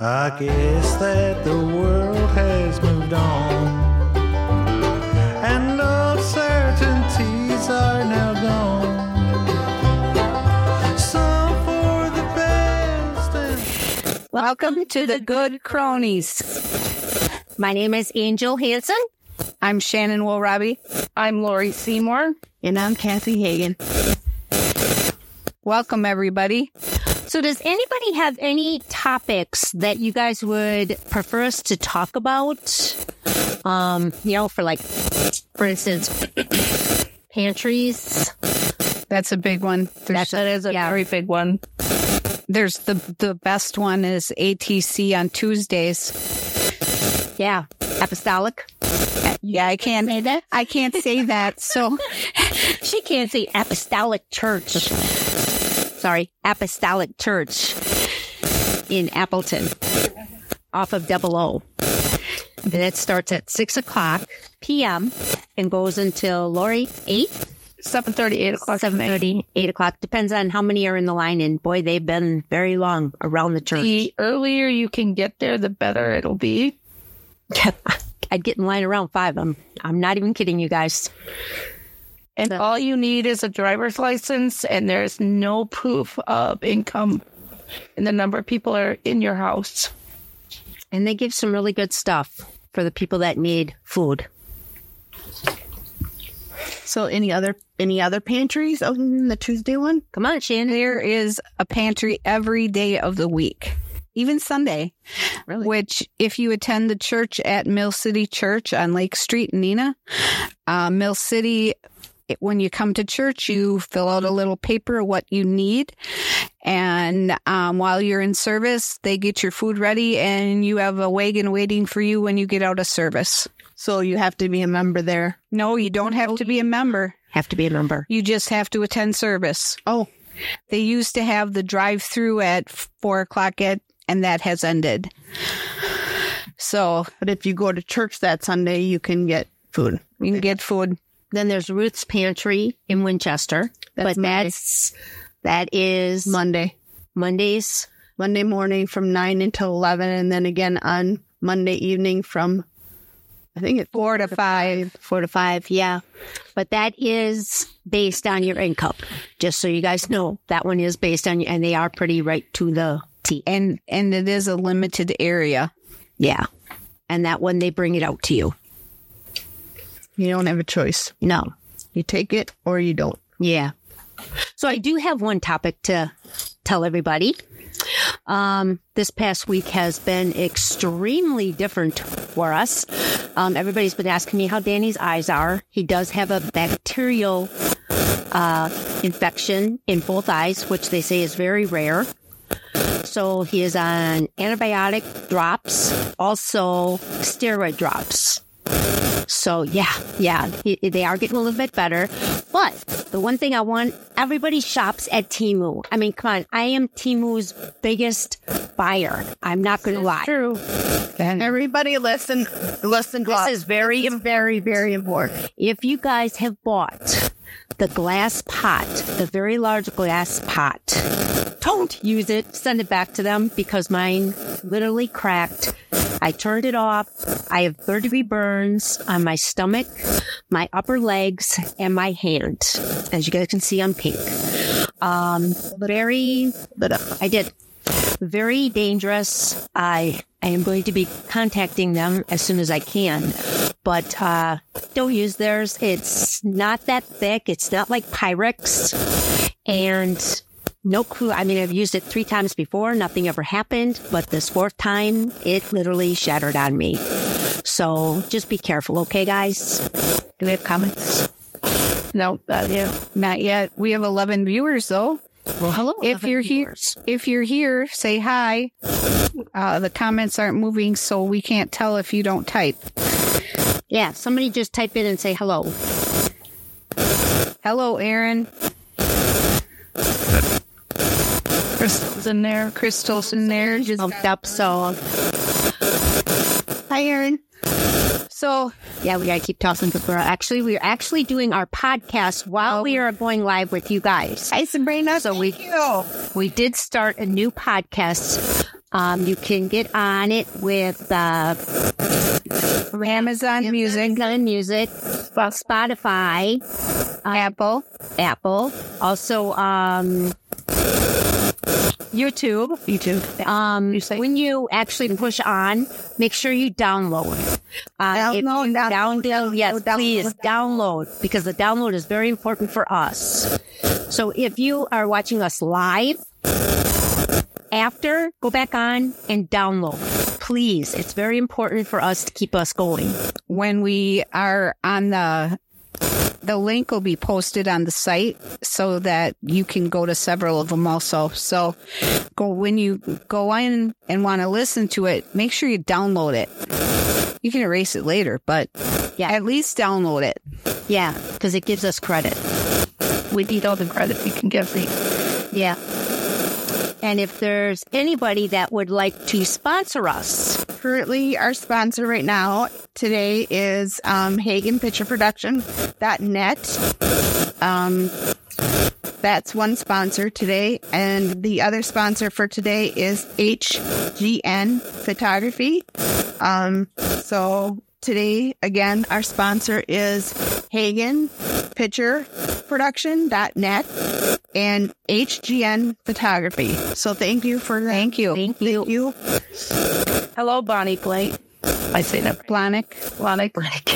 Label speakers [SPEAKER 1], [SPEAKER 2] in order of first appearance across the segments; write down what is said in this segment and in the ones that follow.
[SPEAKER 1] I guess that the world has moved on. And uncertainties are now gone. Some for the best. And-
[SPEAKER 2] Welcome to the Good Cronies. My name is Angel Hansen. I'm Shannon Wolrabi. I'm Lori Seymour.
[SPEAKER 3] And I'm Kathy Hagan.
[SPEAKER 2] Welcome, everybody.
[SPEAKER 3] So, does anybody have any topics that you guys would prefer us to talk about? Um, you know, for like, for instance, pantries.
[SPEAKER 2] That's a big one. There's,
[SPEAKER 3] That's- that is a very
[SPEAKER 2] big one. There's the the best one is ATC on Tuesdays.
[SPEAKER 3] Yeah, apostolic.
[SPEAKER 2] Yeah, I can't.
[SPEAKER 3] Say that
[SPEAKER 2] I can't say that. So
[SPEAKER 3] she can't say apostolic church. Sorry, apostolic church in Appleton, off of Double O. And it starts at six o'clock p.m. and goes until Lori eight.
[SPEAKER 4] Seven thirty, eight o'clock.
[SPEAKER 3] Seven thirty, eight o'clock. Depends on how many are in the line. And boy, they've been very long around the church.
[SPEAKER 4] The earlier you can get there, the better it'll be.
[SPEAKER 3] I'd get in line around five. I'm, I'm not even kidding you guys.
[SPEAKER 4] And all you need is a driver's license, and there's no proof of income and the number of people are in your house.
[SPEAKER 3] And they give some really good stuff for the people that need food.
[SPEAKER 5] So any other any other pantries other than the Tuesday one?
[SPEAKER 3] Come on, Shannon.
[SPEAKER 2] there is a pantry every day of the week, even Sunday.
[SPEAKER 5] Really?
[SPEAKER 2] Which, if you attend the church at Mill City Church on Lake Street, Nina, uh, Mill City, it- when you come to church, you fill out a little paper of what you need. And um, while you're in service, they get your food ready and you have a wagon waiting for you when you get out of service.
[SPEAKER 5] So you have to be a member there.
[SPEAKER 2] No, you don't have to be a member.
[SPEAKER 3] Have to be a member.
[SPEAKER 2] You just have to attend service.
[SPEAKER 5] Oh,
[SPEAKER 2] They used to have the drive through at four o'clock at, and that has ended. So
[SPEAKER 5] but if you go to church that Sunday, you can get food.
[SPEAKER 2] you can get food.
[SPEAKER 3] Then there's Ruth's Pantry in Winchester.
[SPEAKER 5] That's
[SPEAKER 3] but that's that is
[SPEAKER 5] Monday,
[SPEAKER 3] Mondays.
[SPEAKER 5] Monday morning from nine until eleven, and then again on Monday evening from I think it's
[SPEAKER 2] Four to five.
[SPEAKER 3] Four to five, yeah. But that is based on your income. Just so you guys know, that one is based on, and they are pretty right to the T.
[SPEAKER 2] And and it is a limited area.
[SPEAKER 3] Yeah. And that one, they bring it out to you.
[SPEAKER 5] you don't have a choice.
[SPEAKER 3] No.
[SPEAKER 5] You take it or you don't.
[SPEAKER 3] Yeah. So I do have one topic to tell everybody. Um, this past week has been extremely different for us. Um, everybody's been asking me how Danny's eyes are. He does have a bacterial uh, infection in both eyes, which they say is very rare. So he is on antibiotic drops, also steroid drops. So yeah, yeah, he- they are getting a little bit better. But the one thing I want, everybody shops at Timu. I mean, come on, I am Timu's biggest buyer. I'm not going to lie.
[SPEAKER 4] True.
[SPEAKER 5] Everybody listen, listen.
[SPEAKER 3] This is very, very, very important. If you guys have bought the glass pot, the very large glass pot, don't use it. Send it back to them because mine literally cracked. I turned it off. I have third degree burns on my stomach, my upper legs, and my hand, as you guys can see on pink. Um, very, uh, I did very dangerous. I I am going to be contacting them as soon as I can, but uh, don't use theirs. It's not that thick. It's not like Pyrex, and no clue. I mean, I've used it three times before. Nothing ever happened, but this fourth time, it literally shattered on me. So just be careful, okay, guys. Do we have comments?
[SPEAKER 4] No, that, yeah.
[SPEAKER 2] Not yet. We have eleven viewers though.
[SPEAKER 3] Well, hello.
[SPEAKER 2] If you're here, if you're here, say hi. Uh, the comments aren't moving, so we can't tell if you don't type.
[SPEAKER 3] yeah, somebody just type in and say hello.
[SPEAKER 2] Hello, Aaron.
[SPEAKER 4] Crystal's in there.
[SPEAKER 3] Oh,
[SPEAKER 2] Crystal's in there. Just
[SPEAKER 3] Pumped up, so
[SPEAKER 5] Hi, Aaron.
[SPEAKER 6] So
[SPEAKER 3] Yeah, we gotta keep tossing paper. Actually, we're actually doing our podcast while we are going live with you guys. Hi, Sabrina. So we we did start a new podcast. Um, you can get on it with uh,
[SPEAKER 6] Amazon Music,
[SPEAKER 3] Amazon Music, Spotify,
[SPEAKER 6] Apple,
[SPEAKER 3] Apple, also um, YouTube.
[SPEAKER 4] YouTube.
[SPEAKER 3] Um,
[SPEAKER 4] You say-
[SPEAKER 3] when you actually push on, make sure you download. Uh,
[SPEAKER 2] Download,
[SPEAKER 3] if you
[SPEAKER 2] download,
[SPEAKER 3] download, yes,
[SPEAKER 2] download,
[SPEAKER 3] please download because the download is very important for us. So if you are watching us live, after go back on and download, please. It's very important for us to keep us going.
[SPEAKER 6] when we are on the the link will be posted on the site so that you can go to several of them also. So go when you go in and want to listen to it, make sure you download it. You can erase it later, but
[SPEAKER 3] Yeah.
[SPEAKER 6] at least download it.
[SPEAKER 3] Yeah, because it gives us credit.
[SPEAKER 4] We need all the credit we can give me.
[SPEAKER 3] Yeah. And if there's anybody that would like to sponsor us,
[SPEAKER 2] Currently, our sponsor right now today is um, Hagen Picture Production.net. Um, that's one sponsor today. And the other sponsor for today is HGN Photography. Um, so today, again, our sponsor is Hagen Picture Production.net and HGN Photography. So thank you for that.
[SPEAKER 6] Thank you.
[SPEAKER 2] Thank you.
[SPEAKER 4] Hello, Bonnie Blake. I say that.
[SPEAKER 6] Blahnik.
[SPEAKER 4] Bonnie Blake.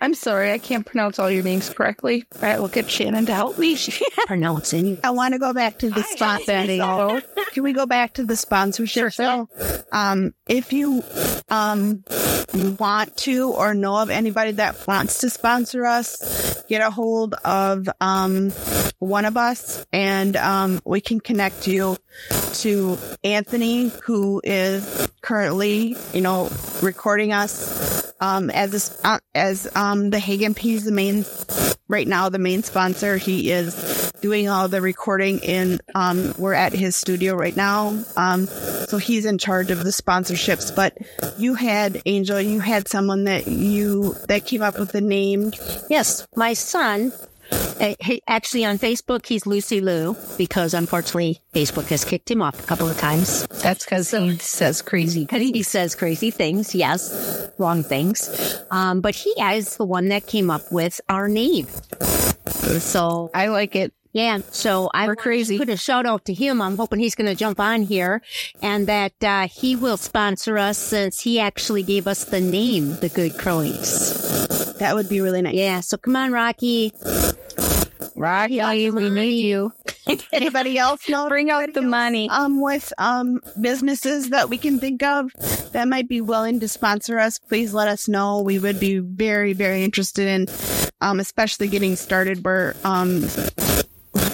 [SPEAKER 4] I'm sorry, I can't pronounce all your names correctly. All right, we'll get Shannon to help me.
[SPEAKER 3] pronouncing
[SPEAKER 2] I want to go back to the
[SPEAKER 4] So,
[SPEAKER 2] sponsor. Can we go back to the sponsorship? So, um, if you um, want to or know of anybody that wants to sponsor us, get a hold of um, one of us and um, we can connect you to Anthony, who is currently, you know, recording us um, as a, sp- as um, the Hagen P is the main right now the main sponsor. He is doing all the recording in um we're at his studio right now. Um so he's in charge of the sponsorships. But you had Angel, you had someone that you that came up with the name.
[SPEAKER 3] Yes, my son. uh, he- Actually, on Facebook, he's Lucy Lou because unfortunately, Facebook has kicked him off a couple of times.
[SPEAKER 6] That's because he says crazy.
[SPEAKER 3] He says crazy things, yes, wrong things. Um, but he is the one that came up with our name. So
[SPEAKER 6] I like it.
[SPEAKER 3] Yeah, so I
[SPEAKER 6] We're
[SPEAKER 3] want
[SPEAKER 6] crazy.
[SPEAKER 3] to Put a shout out to him. I'm hoping he's going to jump on here, and that uh, he will sponsor us since he actually gave us the name, the Good Cronies.
[SPEAKER 2] That would be really nice.
[SPEAKER 3] Yeah, so come on, Rocky.
[SPEAKER 6] Rocky, we need you.
[SPEAKER 2] Anybody else know?
[SPEAKER 6] Bring out the money.
[SPEAKER 2] Um, with um businesses that we can think of that might be willing to sponsor us, please let us know. We would be very, very interested in, um, especially getting started. Where um,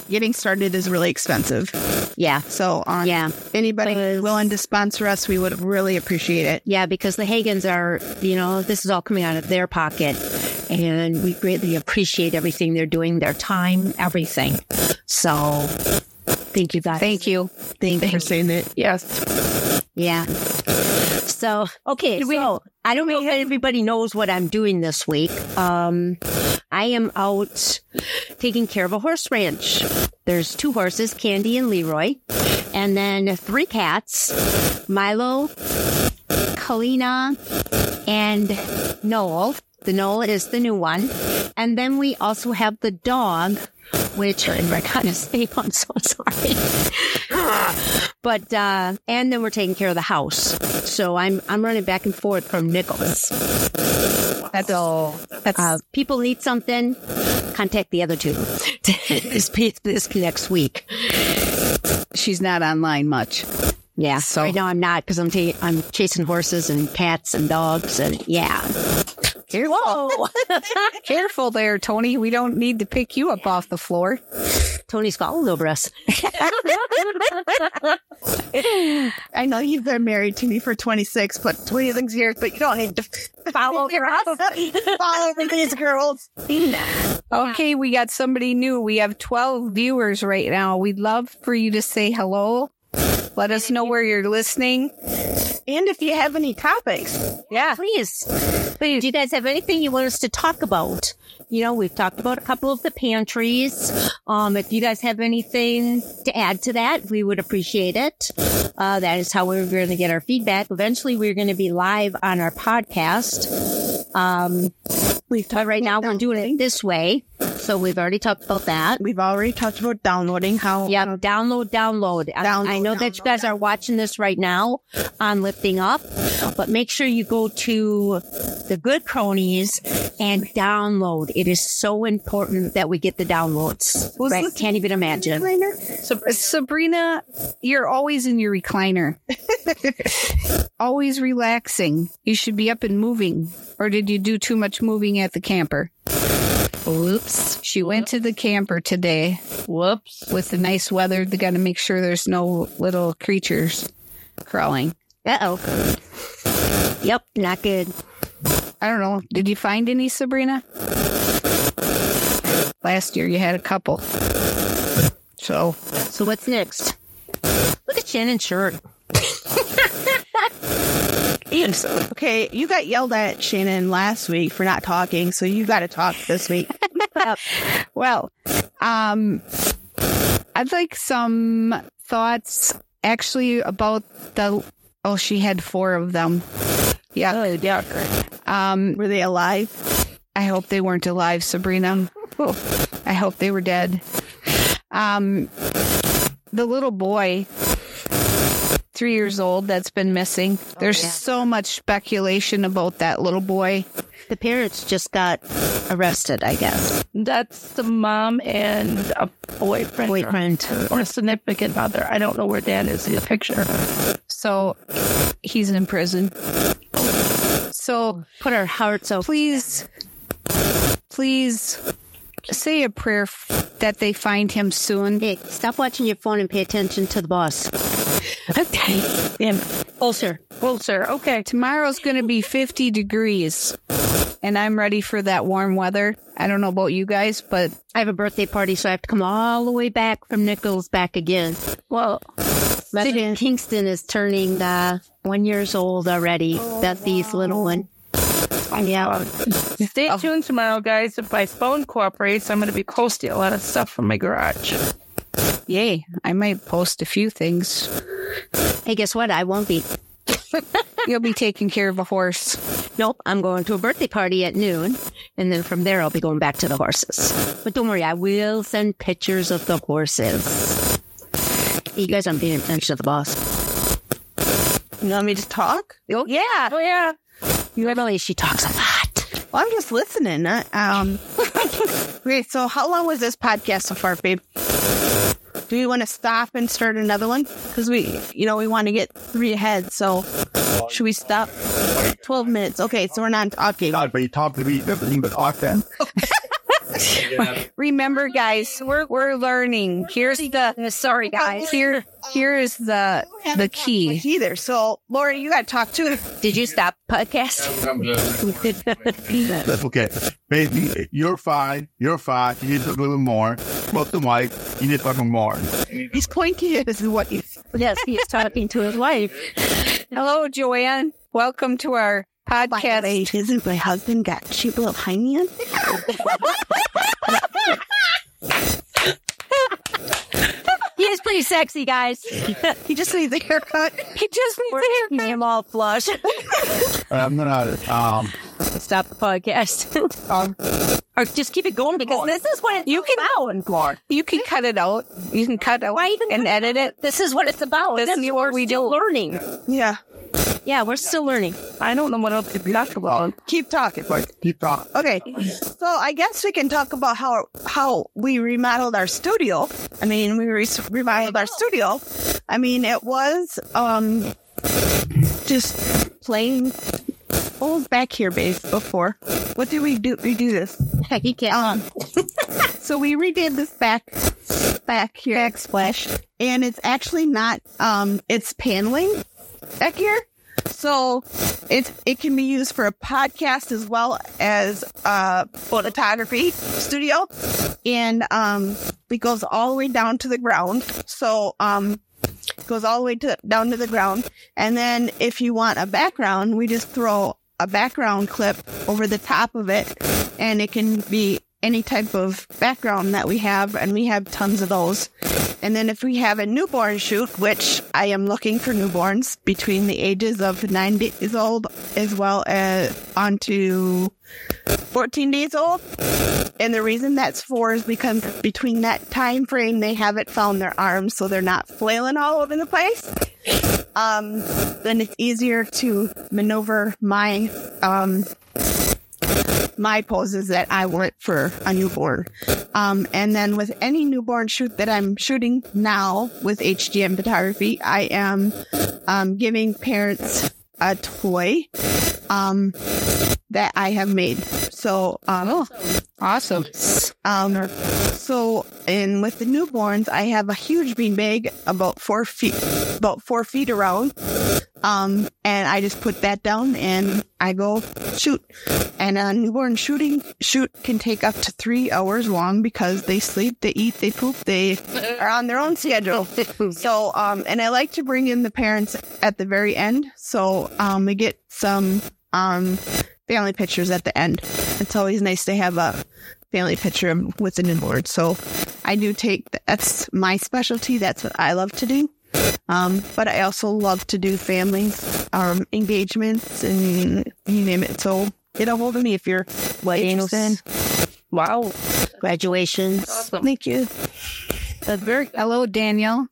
[SPEAKER 2] getting started is really expensive.
[SPEAKER 3] Yeah,
[SPEAKER 2] So, um,
[SPEAKER 3] Yeah.
[SPEAKER 2] anybody
[SPEAKER 3] Because-
[SPEAKER 2] willing to sponsor us, we would really appreciate it.
[SPEAKER 3] yeah, because the Hagans are, you know, this is all coming out of their pocket, and we greatly appreciate everything they're doing, their time, everything. So, thank you guys.
[SPEAKER 6] Thank you.
[SPEAKER 2] Thanks for saying that.
[SPEAKER 4] yes.
[SPEAKER 3] Yeah. So okay, so I don't know if everybody knows what I'm doing this week. Um, I am out taking care of a horse ranch. There's two horses, Candy and Leroy, and then three cats, Milo, Kalina, and Noel. The Noel is the new one, and then we also have the dog, which I got his name. I'm so sorry but uh, and then we're taking care of the house. So I'm I'm running back and forth from Nichols.
[SPEAKER 6] That's all. That's
[SPEAKER 3] Uh, people need something, contact the other two. this this next week.
[SPEAKER 6] she's not online much.
[SPEAKER 3] Yeah.
[SPEAKER 6] So-
[SPEAKER 3] right now I'm not because I'm ta- I'm chasing horses and cats and dogs and yeah. Whoa.
[SPEAKER 6] Careful there, Tony. We don't need to pick you up off the floor.
[SPEAKER 3] Tony's got all over us.
[SPEAKER 2] I know you've been married to me for 26, but 26 years, but you don't need to
[SPEAKER 3] Follow your
[SPEAKER 2] follow over these girls.
[SPEAKER 6] Okay, we got somebody new. We have 12 viewers right now. We'd love for you to say hello. Let us know where you're listening.
[SPEAKER 2] And if you have any topics,
[SPEAKER 6] Yeah.
[SPEAKER 3] Please. do you guys have anything you want us to talk about? You know, we've talked about a couple of the pantries. Um, if you guys have anything to add to that, we would appreciate it. Uh, that is how we're going to get our feedback. Eventually, we're going to be live on our podcast. Um, we've talked right now, we're doing it this way. So we've already talked about that.
[SPEAKER 2] We've already talked about downloading
[SPEAKER 4] uh,
[SPEAKER 2] how
[SPEAKER 3] Yeah, download, download. I-
[SPEAKER 2] Download,
[SPEAKER 3] I, know that you
[SPEAKER 2] download,
[SPEAKER 3] guys are watching this right now on Lifting Up, but make sure you go to the Good Cronies and download. It is so important that we get the downloads.
[SPEAKER 2] Who's
[SPEAKER 3] right?
[SPEAKER 2] listening?
[SPEAKER 3] Can't even imagine.
[SPEAKER 4] Sab- Sabrina, you're always in your recliner. always relaxing. You should be up and moving. Or did you do too much moving at the camper? Oops. She went to the camper today
[SPEAKER 7] Whoops.
[SPEAKER 4] with the nice weather. They got to make sure there's no little creatures crawling.
[SPEAKER 3] Uh oh. Yep, not good.
[SPEAKER 4] I don't know. Did you find any, Sabrina? Last year you had a couple. So
[SPEAKER 3] So what's next? Look at Shannon's shirt.
[SPEAKER 2] Okay, you got yelled at Shannon last week for not talking, so you got to talk this week.
[SPEAKER 4] Well, um, I'd like some thoughts actually about the. Oh, she had four of them. Yeah.
[SPEAKER 7] Oh, yeah.
[SPEAKER 4] Um,
[SPEAKER 2] Were they alive?
[SPEAKER 4] I hope they weren't alive, Sabrina. I hope they were dead. Um, the little boy, three years old, that's been missing.
[SPEAKER 7] Oh,
[SPEAKER 2] Oh,
[SPEAKER 4] There's so much speculation about that little boy.
[SPEAKER 3] The parents just got arrested, I guess.
[SPEAKER 7] That's the mom and a boyfriend,
[SPEAKER 3] Boyfriend.
[SPEAKER 7] or a significant other. I don't know where Dan is in the picture.
[SPEAKER 4] So he's in prison. So
[SPEAKER 3] Put our hearts out.
[SPEAKER 4] please, please say a prayer f- that they find him soon.
[SPEAKER 3] Nick, stop watching your phone and pay attention to the boss. Oh, Okay.
[SPEAKER 7] Damn.
[SPEAKER 3] Ulcer.
[SPEAKER 7] Closer. Okay.
[SPEAKER 4] Tomorrow's going to be 50 degrees, and I'm ready for that warm weather. I don't know about you guys, but
[SPEAKER 3] I have a birthday party, so I have to come all the way back from Nichols back again.
[SPEAKER 7] Well,
[SPEAKER 3] Imagine Kingston is turning uh, one years old already. Betsy's little one. Yeah.
[SPEAKER 4] Oh.
[SPEAKER 7] stay tuned tomorrow, guys. If my phone cooperates, I'm going to be posting a lot of stuff from my garage.
[SPEAKER 4] yay, I might post a few things.
[SPEAKER 3] Hey, guess what? I won't be.
[SPEAKER 4] You'll be taking care of a horse.
[SPEAKER 3] Nope. I'm going to a birthday party at noon, and then from there I'll be going back to the horses. But don't worry, I will send pictures of the horses. You guys aren't paying attention to the boss.
[SPEAKER 2] You want me to talk?
[SPEAKER 3] Oh yeah.
[SPEAKER 7] Oh, yeah.
[SPEAKER 3] Normally she talks a lot.
[SPEAKER 2] Well, I'm just listening. I- Um, great. So, how long was this podcast so far, babe? Do you want to stop and start another one? Because we, you know, we want to get three ahead. So, should we stop? Twelve minutes. Okay, so we're not talking.
[SPEAKER 8] God, but you talk to me everything but often.
[SPEAKER 4] Remember, guys, we're we're learning. Here's
[SPEAKER 3] uh,
[SPEAKER 4] the sorry, guys. Here
[SPEAKER 3] Um,
[SPEAKER 4] here is the the key.
[SPEAKER 2] Either. So, Laura, you got to talk too.
[SPEAKER 3] Did you stop podcast?
[SPEAKER 8] That's okay. Baby, you're fine. You're fine. You need to talk a little more. Smoke the mic. You need to talk more.
[SPEAKER 2] He's pointing at us. What he's
[SPEAKER 3] yes, he's talking to his wife.
[SPEAKER 4] Hello, Joanne. Welcome to our
[SPEAKER 2] Cat
[SPEAKER 4] podcast.
[SPEAKER 2] age isn't my husband got cheap little hiney on?
[SPEAKER 3] He is pretty sexy, guys.
[SPEAKER 2] He just needs a haircut.
[SPEAKER 3] He just needs I'm all flush.
[SPEAKER 8] All right, I'm going to um,
[SPEAKER 3] Stop the podcast. or just keep it going because this is what it's Um, you can about.
[SPEAKER 4] You can cut it out. You can cut out
[SPEAKER 3] Why even
[SPEAKER 4] and edit it.
[SPEAKER 3] This is what it's about. This
[SPEAKER 4] is
[SPEAKER 3] what we do. Learning.
[SPEAKER 2] Yeah.
[SPEAKER 3] Yeah, we're still learning.
[SPEAKER 7] I don't know what else to talk about.
[SPEAKER 2] Keep talking.
[SPEAKER 8] keep talking.
[SPEAKER 2] Okay. So I guess we can talk about how how we remodeled our studio. I mean, we re- remodeled our studio. I mean, it was um just plain old back here base before. What did we do? We do this.
[SPEAKER 3] you can't.
[SPEAKER 2] Um, so we redid this back back here backsplash, and it's actually not um it's paneling back here. So it it can be used for a podcast as well as a photography studio, and um it goes all the way down to the ground. So um goes all the way to down to the ground, and then if you want a background, we just throw a background clip over the top of it, and it can be any type of background that we have, and we have tons of those. And then if we have a newborn shoot, which I am looking for newborns between the ages of nine days old as well as onto 14 days old. And the reason that's four is because between that time frame, they haven't found their arms, so they're not flailing all over the place. Um, then it's easier to maneuver my um, my poses that I want for a newborn. Um, and then with any newborn shoot that I'm shooting now with HDM photography, I am um, giving parents a toy um, that I have made. So, um,
[SPEAKER 4] Awesome.
[SPEAKER 2] um, so and with the newborns, I have a huge bean bag about four feet, about four feet around. Um, and I just put that down and I go shoot. And a newborn shooting shoot can take up to three hours long because they sleep, they eat, they poop, they are on their own schedule. So, um, and I like to bring in the parents at the very end. So, um, we get some, um, family pictures at the end. It's always nice to have a family picture with the newborn. So I do take that's my specialty. That's what I love to do. Um, but I also love to do family um, engagements and you name it. So get a hold of me if you're like
[SPEAKER 3] Funerals.
[SPEAKER 2] interested.
[SPEAKER 4] Wow.
[SPEAKER 3] graduations.
[SPEAKER 4] Awesome.
[SPEAKER 2] Thank you.
[SPEAKER 3] Uh,
[SPEAKER 6] Hello, Daniel,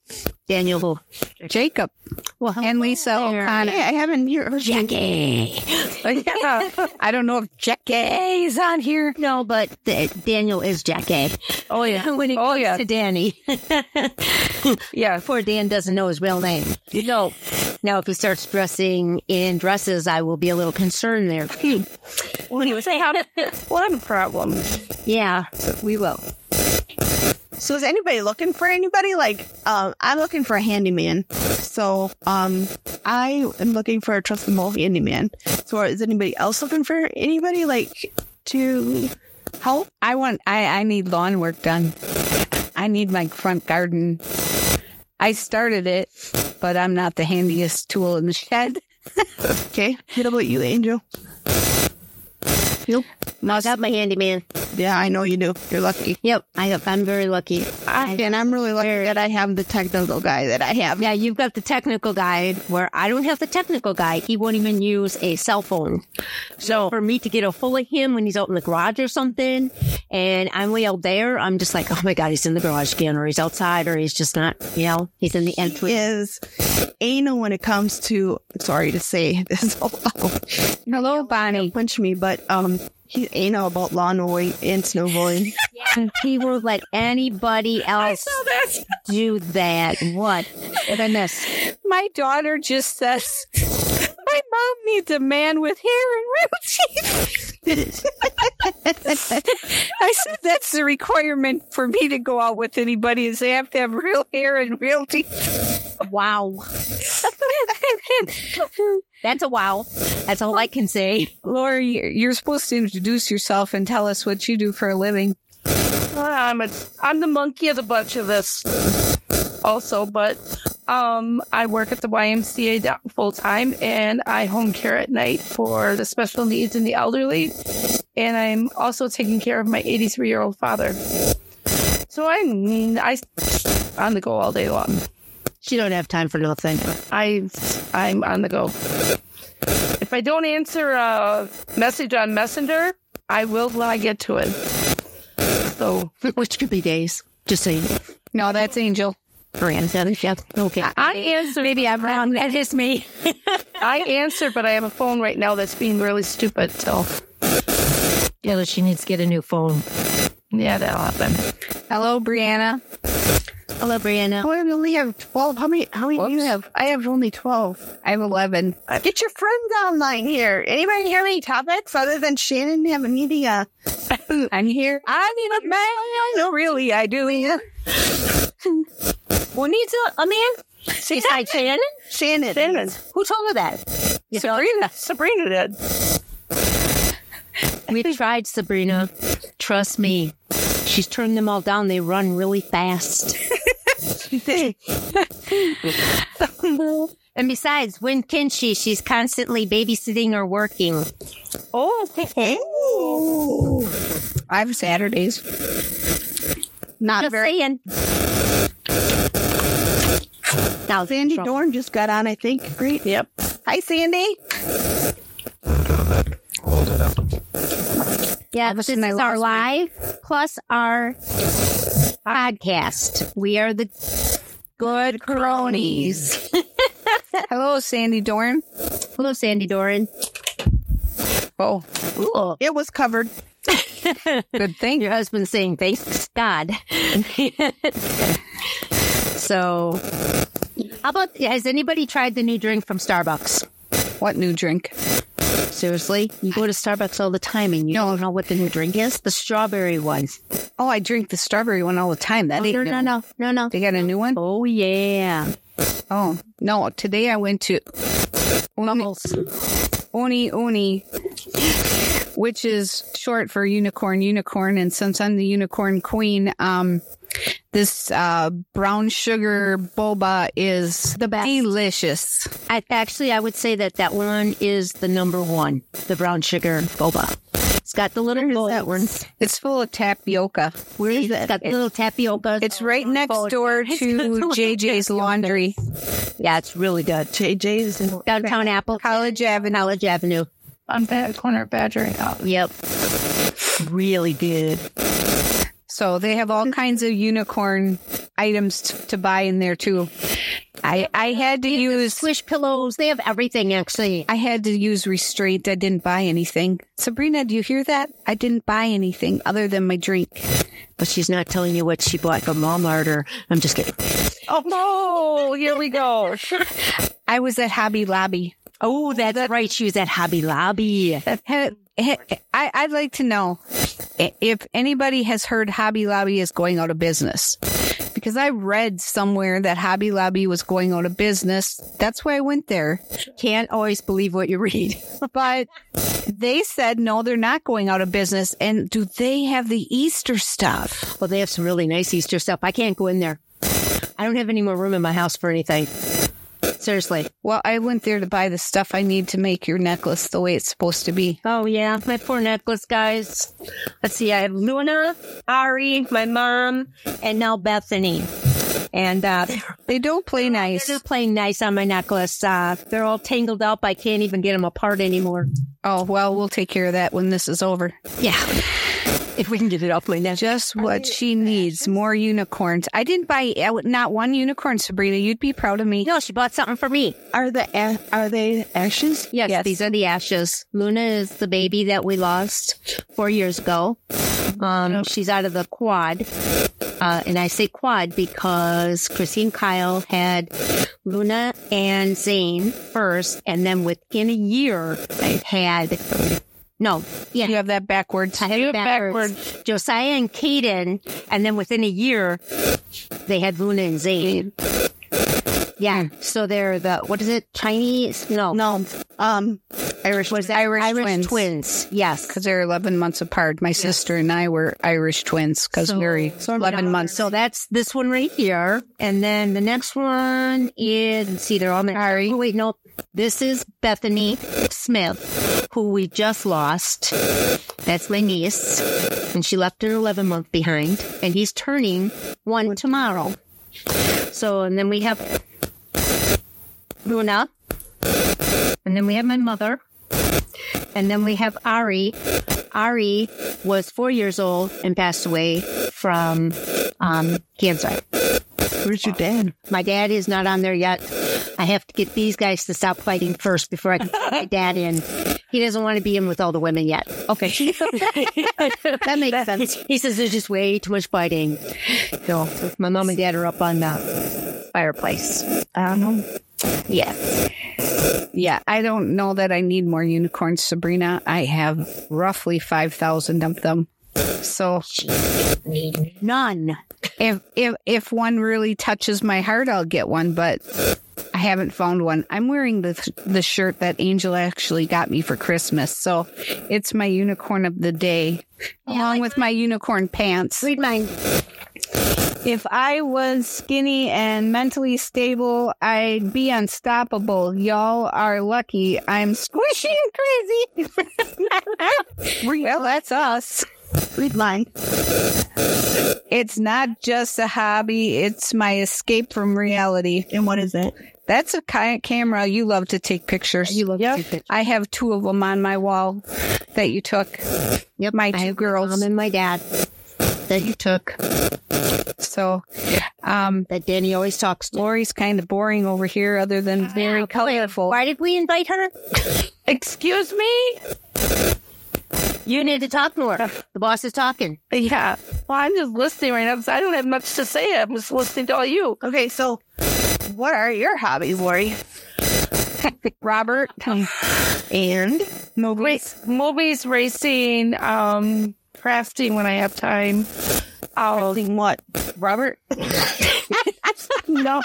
[SPEAKER 3] Daniel.
[SPEAKER 6] Jacob,
[SPEAKER 3] Well,
[SPEAKER 6] and Lisa O'Connor.
[SPEAKER 2] Hey, I haven't heard her
[SPEAKER 3] Jackie.
[SPEAKER 6] I don't know if Jackie is on here.
[SPEAKER 3] No, but th- Daniel is Jackie.
[SPEAKER 4] Oh yeah.
[SPEAKER 3] When it
[SPEAKER 4] Oh
[SPEAKER 3] comes
[SPEAKER 4] yeah.
[SPEAKER 3] to Danny,
[SPEAKER 4] Yeah.
[SPEAKER 3] poor Dan doesn't know his real name.
[SPEAKER 4] You know.
[SPEAKER 3] Now, if he starts dressing in dresses, I will be a little concerned there.
[SPEAKER 4] Well, he would say how. What a problem.
[SPEAKER 3] Yeah, we will.
[SPEAKER 2] So is anybody looking for anybody? Like, um, I'm looking for a handyman. So, um, I am looking for a trustable handyman. So is anybody else looking for anybody like to help?
[SPEAKER 6] I want. I I need lawn work done. I need my front garden. I started it, but I'm not the handiest tool in the shed.
[SPEAKER 2] Okay. What about you, Angel?
[SPEAKER 3] I got my handyman.
[SPEAKER 2] Yeah, I know you do. You're lucky.
[SPEAKER 3] Yep, I got, I'm very lucky.
[SPEAKER 2] and I'm really lucky that I have the technical guy that I have.
[SPEAKER 3] Yeah, you've got the technical guy where I don't have the technical guy. He won't even use a cell phone.
[SPEAKER 4] So
[SPEAKER 3] For me to get a hold of him when he's out in the garage or something, and I'm way out there, I'm just like, oh my God, he's in the garage again, or he's outside, or he's just not, you know, he's in the entry.
[SPEAKER 2] Is anal when it comes to sorry to say this
[SPEAKER 6] Hello, Bonnie.
[SPEAKER 2] punch me, but um he's anal about lawn mowing and snowboarding.
[SPEAKER 3] And he won't let anybody else do that. What? Goodness.
[SPEAKER 6] My daughter just says, "My mom needs a man with hair and real teeth." I said that's the requirement for me to go out with anybody is they have to have real hair and real teeth.
[SPEAKER 3] Wow. That's a wow. That's all I can say.
[SPEAKER 6] Lori, you're supposed to introduce yourself and tell us what you do for a living.
[SPEAKER 4] I'm a, I'm the monkey of the bunch of this. Also, but um, I work at the YMCA down- full time, and I home care at night for the special needs and the elderly. And I'm also taking care of my 83 year old father. So I'm I on the go all day long.
[SPEAKER 3] She don't have time for nothing.
[SPEAKER 4] I I'm on the go. If I don't answer a message on Messenger, I will when I get to it. So
[SPEAKER 3] Which could be days. Just saying.
[SPEAKER 6] No, that's Angel.
[SPEAKER 3] Yeah. Okay.
[SPEAKER 4] I answer. Maybe I'm
[SPEAKER 3] Brown, that is me.
[SPEAKER 4] I answer, but I have a phone right now that's being really stupid. So
[SPEAKER 3] Yeah, she needs to get a new phone.
[SPEAKER 4] yeah, that'll happen.
[SPEAKER 6] Hello, Brianna.
[SPEAKER 3] Hello, Brianna.
[SPEAKER 2] Oh, I only have twelve. How many? How many do you have? I have only twelve. Uh,
[SPEAKER 6] I have 11.
[SPEAKER 2] Get your friends online here. Anybody hear any topics other than Shannon having needing a?
[SPEAKER 6] I'm here.
[SPEAKER 2] I need a man.
[SPEAKER 6] No, really, I do. Yeah.
[SPEAKER 3] Who needs a, a man? She's like Shannon.
[SPEAKER 2] Shannon.
[SPEAKER 3] Who told her that? You know,
[SPEAKER 4] Sabrina did.
[SPEAKER 3] we tried, Sabrina. Trust me. She's turned them all down. They run really fast. And besides, when can she? She's constantly babysitting or working.
[SPEAKER 2] Oh,
[SPEAKER 6] I have Saturdays.
[SPEAKER 2] not
[SPEAKER 3] Just
[SPEAKER 2] very.
[SPEAKER 3] saying. Now,
[SPEAKER 2] Sandy Dorn just got on, I think. Great.
[SPEAKER 4] Yep.
[SPEAKER 2] Hi, Sandy.
[SPEAKER 3] Yeah,
[SPEAKER 6] of a
[SPEAKER 3] this
[SPEAKER 6] sudden I
[SPEAKER 3] is our
[SPEAKER 6] lost
[SPEAKER 3] live plus our podcast. We are the good cronies.
[SPEAKER 6] Hello, Sandy Dorn.
[SPEAKER 3] Hello, Sandy Doran.
[SPEAKER 6] Oh,
[SPEAKER 3] Ooh,
[SPEAKER 2] It was covered.
[SPEAKER 6] good thing.
[SPEAKER 3] your husband's saying thanks God. so, how about has anybody tried the new drink from Starbucks?
[SPEAKER 6] What new drink?
[SPEAKER 3] Seriously, you go to Starbucks all the time and you don't know what the new drink is. The strawberry one.
[SPEAKER 6] Oh, I drink the strawberry one all the time.
[SPEAKER 2] Oh,
[SPEAKER 6] That ain't
[SPEAKER 3] No,
[SPEAKER 6] new.
[SPEAKER 3] no, no, no, no.
[SPEAKER 6] They got a new one?
[SPEAKER 3] Oh yeah,
[SPEAKER 6] Oh, no. Today I went to Oni Oni, Oni which is short for unicorn unicorn. And since I'm the unicorn queen, um, this uh, brown sugar boba is
[SPEAKER 3] The best.
[SPEAKER 6] delicious.
[SPEAKER 3] I, actually, I would say that that one is the number one. The brown sugar boba. It's got the little
[SPEAKER 2] that one?
[SPEAKER 6] It's full of tapioca.
[SPEAKER 2] Where is
[SPEAKER 3] It's
[SPEAKER 2] it?
[SPEAKER 3] got the little tapioca.
[SPEAKER 6] It's right next door to JJ's Laundry,
[SPEAKER 3] Yeah, it's really good.
[SPEAKER 2] JJ's. in-
[SPEAKER 3] Downtown Apple,
[SPEAKER 6] College Avenue.
[SPEAKER 3] Knowledge Avenue.
[SPEAKER 4] I'm back corner badgering up.
[SPEAKER 3] Yep. Really good.
[SPEAKER 6] So they have all kinds of unicorn items t- to buy in there too. I I had to use
[SPEAKER 3] Swish pillows. They have everything actually.
[SPEAKER 6] I had to use restraint. I didn't buy anything. Sabrina, do you hear that? I didn't buy anything other than my drink.
[SPEAKER 3] But she's not telling you what she bought from Walmart or I'm just kidding.
[SPEAKER 4] Oh no! Here we go.
[SPEAKER 6] I was at Hobby Lobby.
[SPEAKER 3] Oh, that's right. She was at Hobby Lobby.
[SPEAKER 6] He- he- I, I'd like to know i- if anybody has heard Hobby Lobby is going out of business. Because I read somewhere that Hobby Lobby was going out of business. That's why I went there.
[SPEAKER 3] Can't always believe what you read.
[SPEAKER 6] But they said, no, they're not going out of business. And do they have the Easter stuff?
[SPEAKER 3] Well, they have some really nice Easter stuff. I can't go in there. I don't have any more room in my house for anything. Seriously.
[SPEAKER 6] Well, I went there to buy the stuff I need to make your necklace the way it's supposed to be.
[SPEAKER 3] Oh yeah, my poor necklace, guys. Let's see, I have Luna, Ari, my mom, and now Bethany. And uh, they're
[SPEAKER 6] They don't play nice.
[SPEAKER 3] just playing nice on my necklace. Uh, they're all tangled up. I can't even get them apart anymore.
[SPEAKER 6] Oh, well, we'll take care of that when this is over.
[SPEAKER 3] Yeah, if we can get it up, Lena.
[SPEAKER 6] Just what she needs more unicorns. I didn't buy I would- not one unicorn, Sabrina. You'd be proud of me.
[SPEAKER 3] No, she bought something for me.
[SPEAKER 2] Are the a- are they ashes?
[SPEAKER 3] Yes,
[SPEAKER 6] Yes.
[SPEAKER 3] these are the ashes. Luna is the baby that we lost four years ago. Um, she's out of the quad. Uh, and I say quad because Christine Kyle had Luna and Zane first. And then within a year, I had, no, yeah.
[SPEAKER 6] You have that backwards.
[SPEAKER 3] I had it backwards. Josiah and Kaden. And then within a year, they had Luna and Zane.
[SPEAKER 6] Hmm.
[SPEAKER 3] Yeah. So they're the, what is it? Chinese? No.
[SPEAKER 2] No. Um,
[SPEAKER 6] Irish was Irish,
[SPEAKER 3] Irish
[SPEAKER 6] twins.
[SPEAKER 3] twins. Yes.
[SPEAKER 6] Because they're 11 months apart. My sister and I were Irish twins because
[SPEAKER 3] So-
[SPEAKER 6] we're 11 months.
[SPEAKER 3] So that's this one right here. And then the next one is, let's see, they're all Sorry. wait, no. This is Bethany Smith, who we just lost. That's my niece. And she left her 11 month behind. And he's turning one tomorrow. So, and then we have Luna. And then we have my mother. And then we have Ari. Ari was four years old and passed away from um, cancer.
[SPEAKER 2] where's your dad?
[SPEAKER 3] My dad is not on there yet. I have to get these guys to stop fighting first before I can get my dad in. He doesn't want to be in with all the women yet. Okay. that makes sense. He says there's just way too much fighting. So my mom and dad are up on the fireplace.
[SPEAKER 2] I don't know.
[SPEAKER 3] Yeah.
[SPEAKER 6] Yeah, I don't know that I need more unicorns, Sabrina. I have roughly 5,000 of them. So
[SPEAKER 3] None.
[SPEAKER 6] if, if if one really touches my heart, I'll get one, but I haven't found one. I'm wearing the the shirt that Angel actually got me for Christmas. So it's my unicorn of the day along with my unicorn pants.
[SPEAKER 3] Read mine.
[SPEAKER 6] If I was skinny and mentally stable, I'd be unstoppable. Y'all are lucky. I'm squishy and crazy. well, that's us.
[SPEAKER 2] Read line.
[SPEAKER 6] It's not just a hobby, it's my escape from reality.
[SPEAKER 2] And what is it?
[SPEAKER 6] That's a ki- camera. You love to take pictures.
[SPEAKER 3] You love to
[SPEAKER 6] Yep.
[SPEAKER 3] take pictures.
[SPEAKER 6] I have two of them on my wall that you took.
[SPEAKER 3] Yep,
[SPEAKER 6] My
[SPEAKER 3] I Um,
[SPEAKER 6] two
[SPEAKER 3] have
[SPEAKER 6] girls.
[SPEAKER 3] mom and my dad that you took.
[SPEAKER 6] So, um,
[SPEAKER 3] That Danny always talks to.
[SPEAKER 6] Lori's kind of boring over here, other than very colorful.
[SPEAKER 3] Why did we invite her?
[SPEAKER 4] Excuse me?
[SPEAKER 3] You need to talk more. The boss is talking.
[SPEAKER 4] Yeah. Well, I'm just listening right now because I don't have much to say. I'm just listening to all you.
[SPEAKER 2] Okay, so what are your hobbies, Lori?
[SPEAKER 6] Robert, um,
[SPEAKER 2] And
[SPEAKER 4] Movies, movies, racing, um, crafting when I have time. Oh,
[SPEAKER 2] what?
[SPEAKER 4] Robert? no.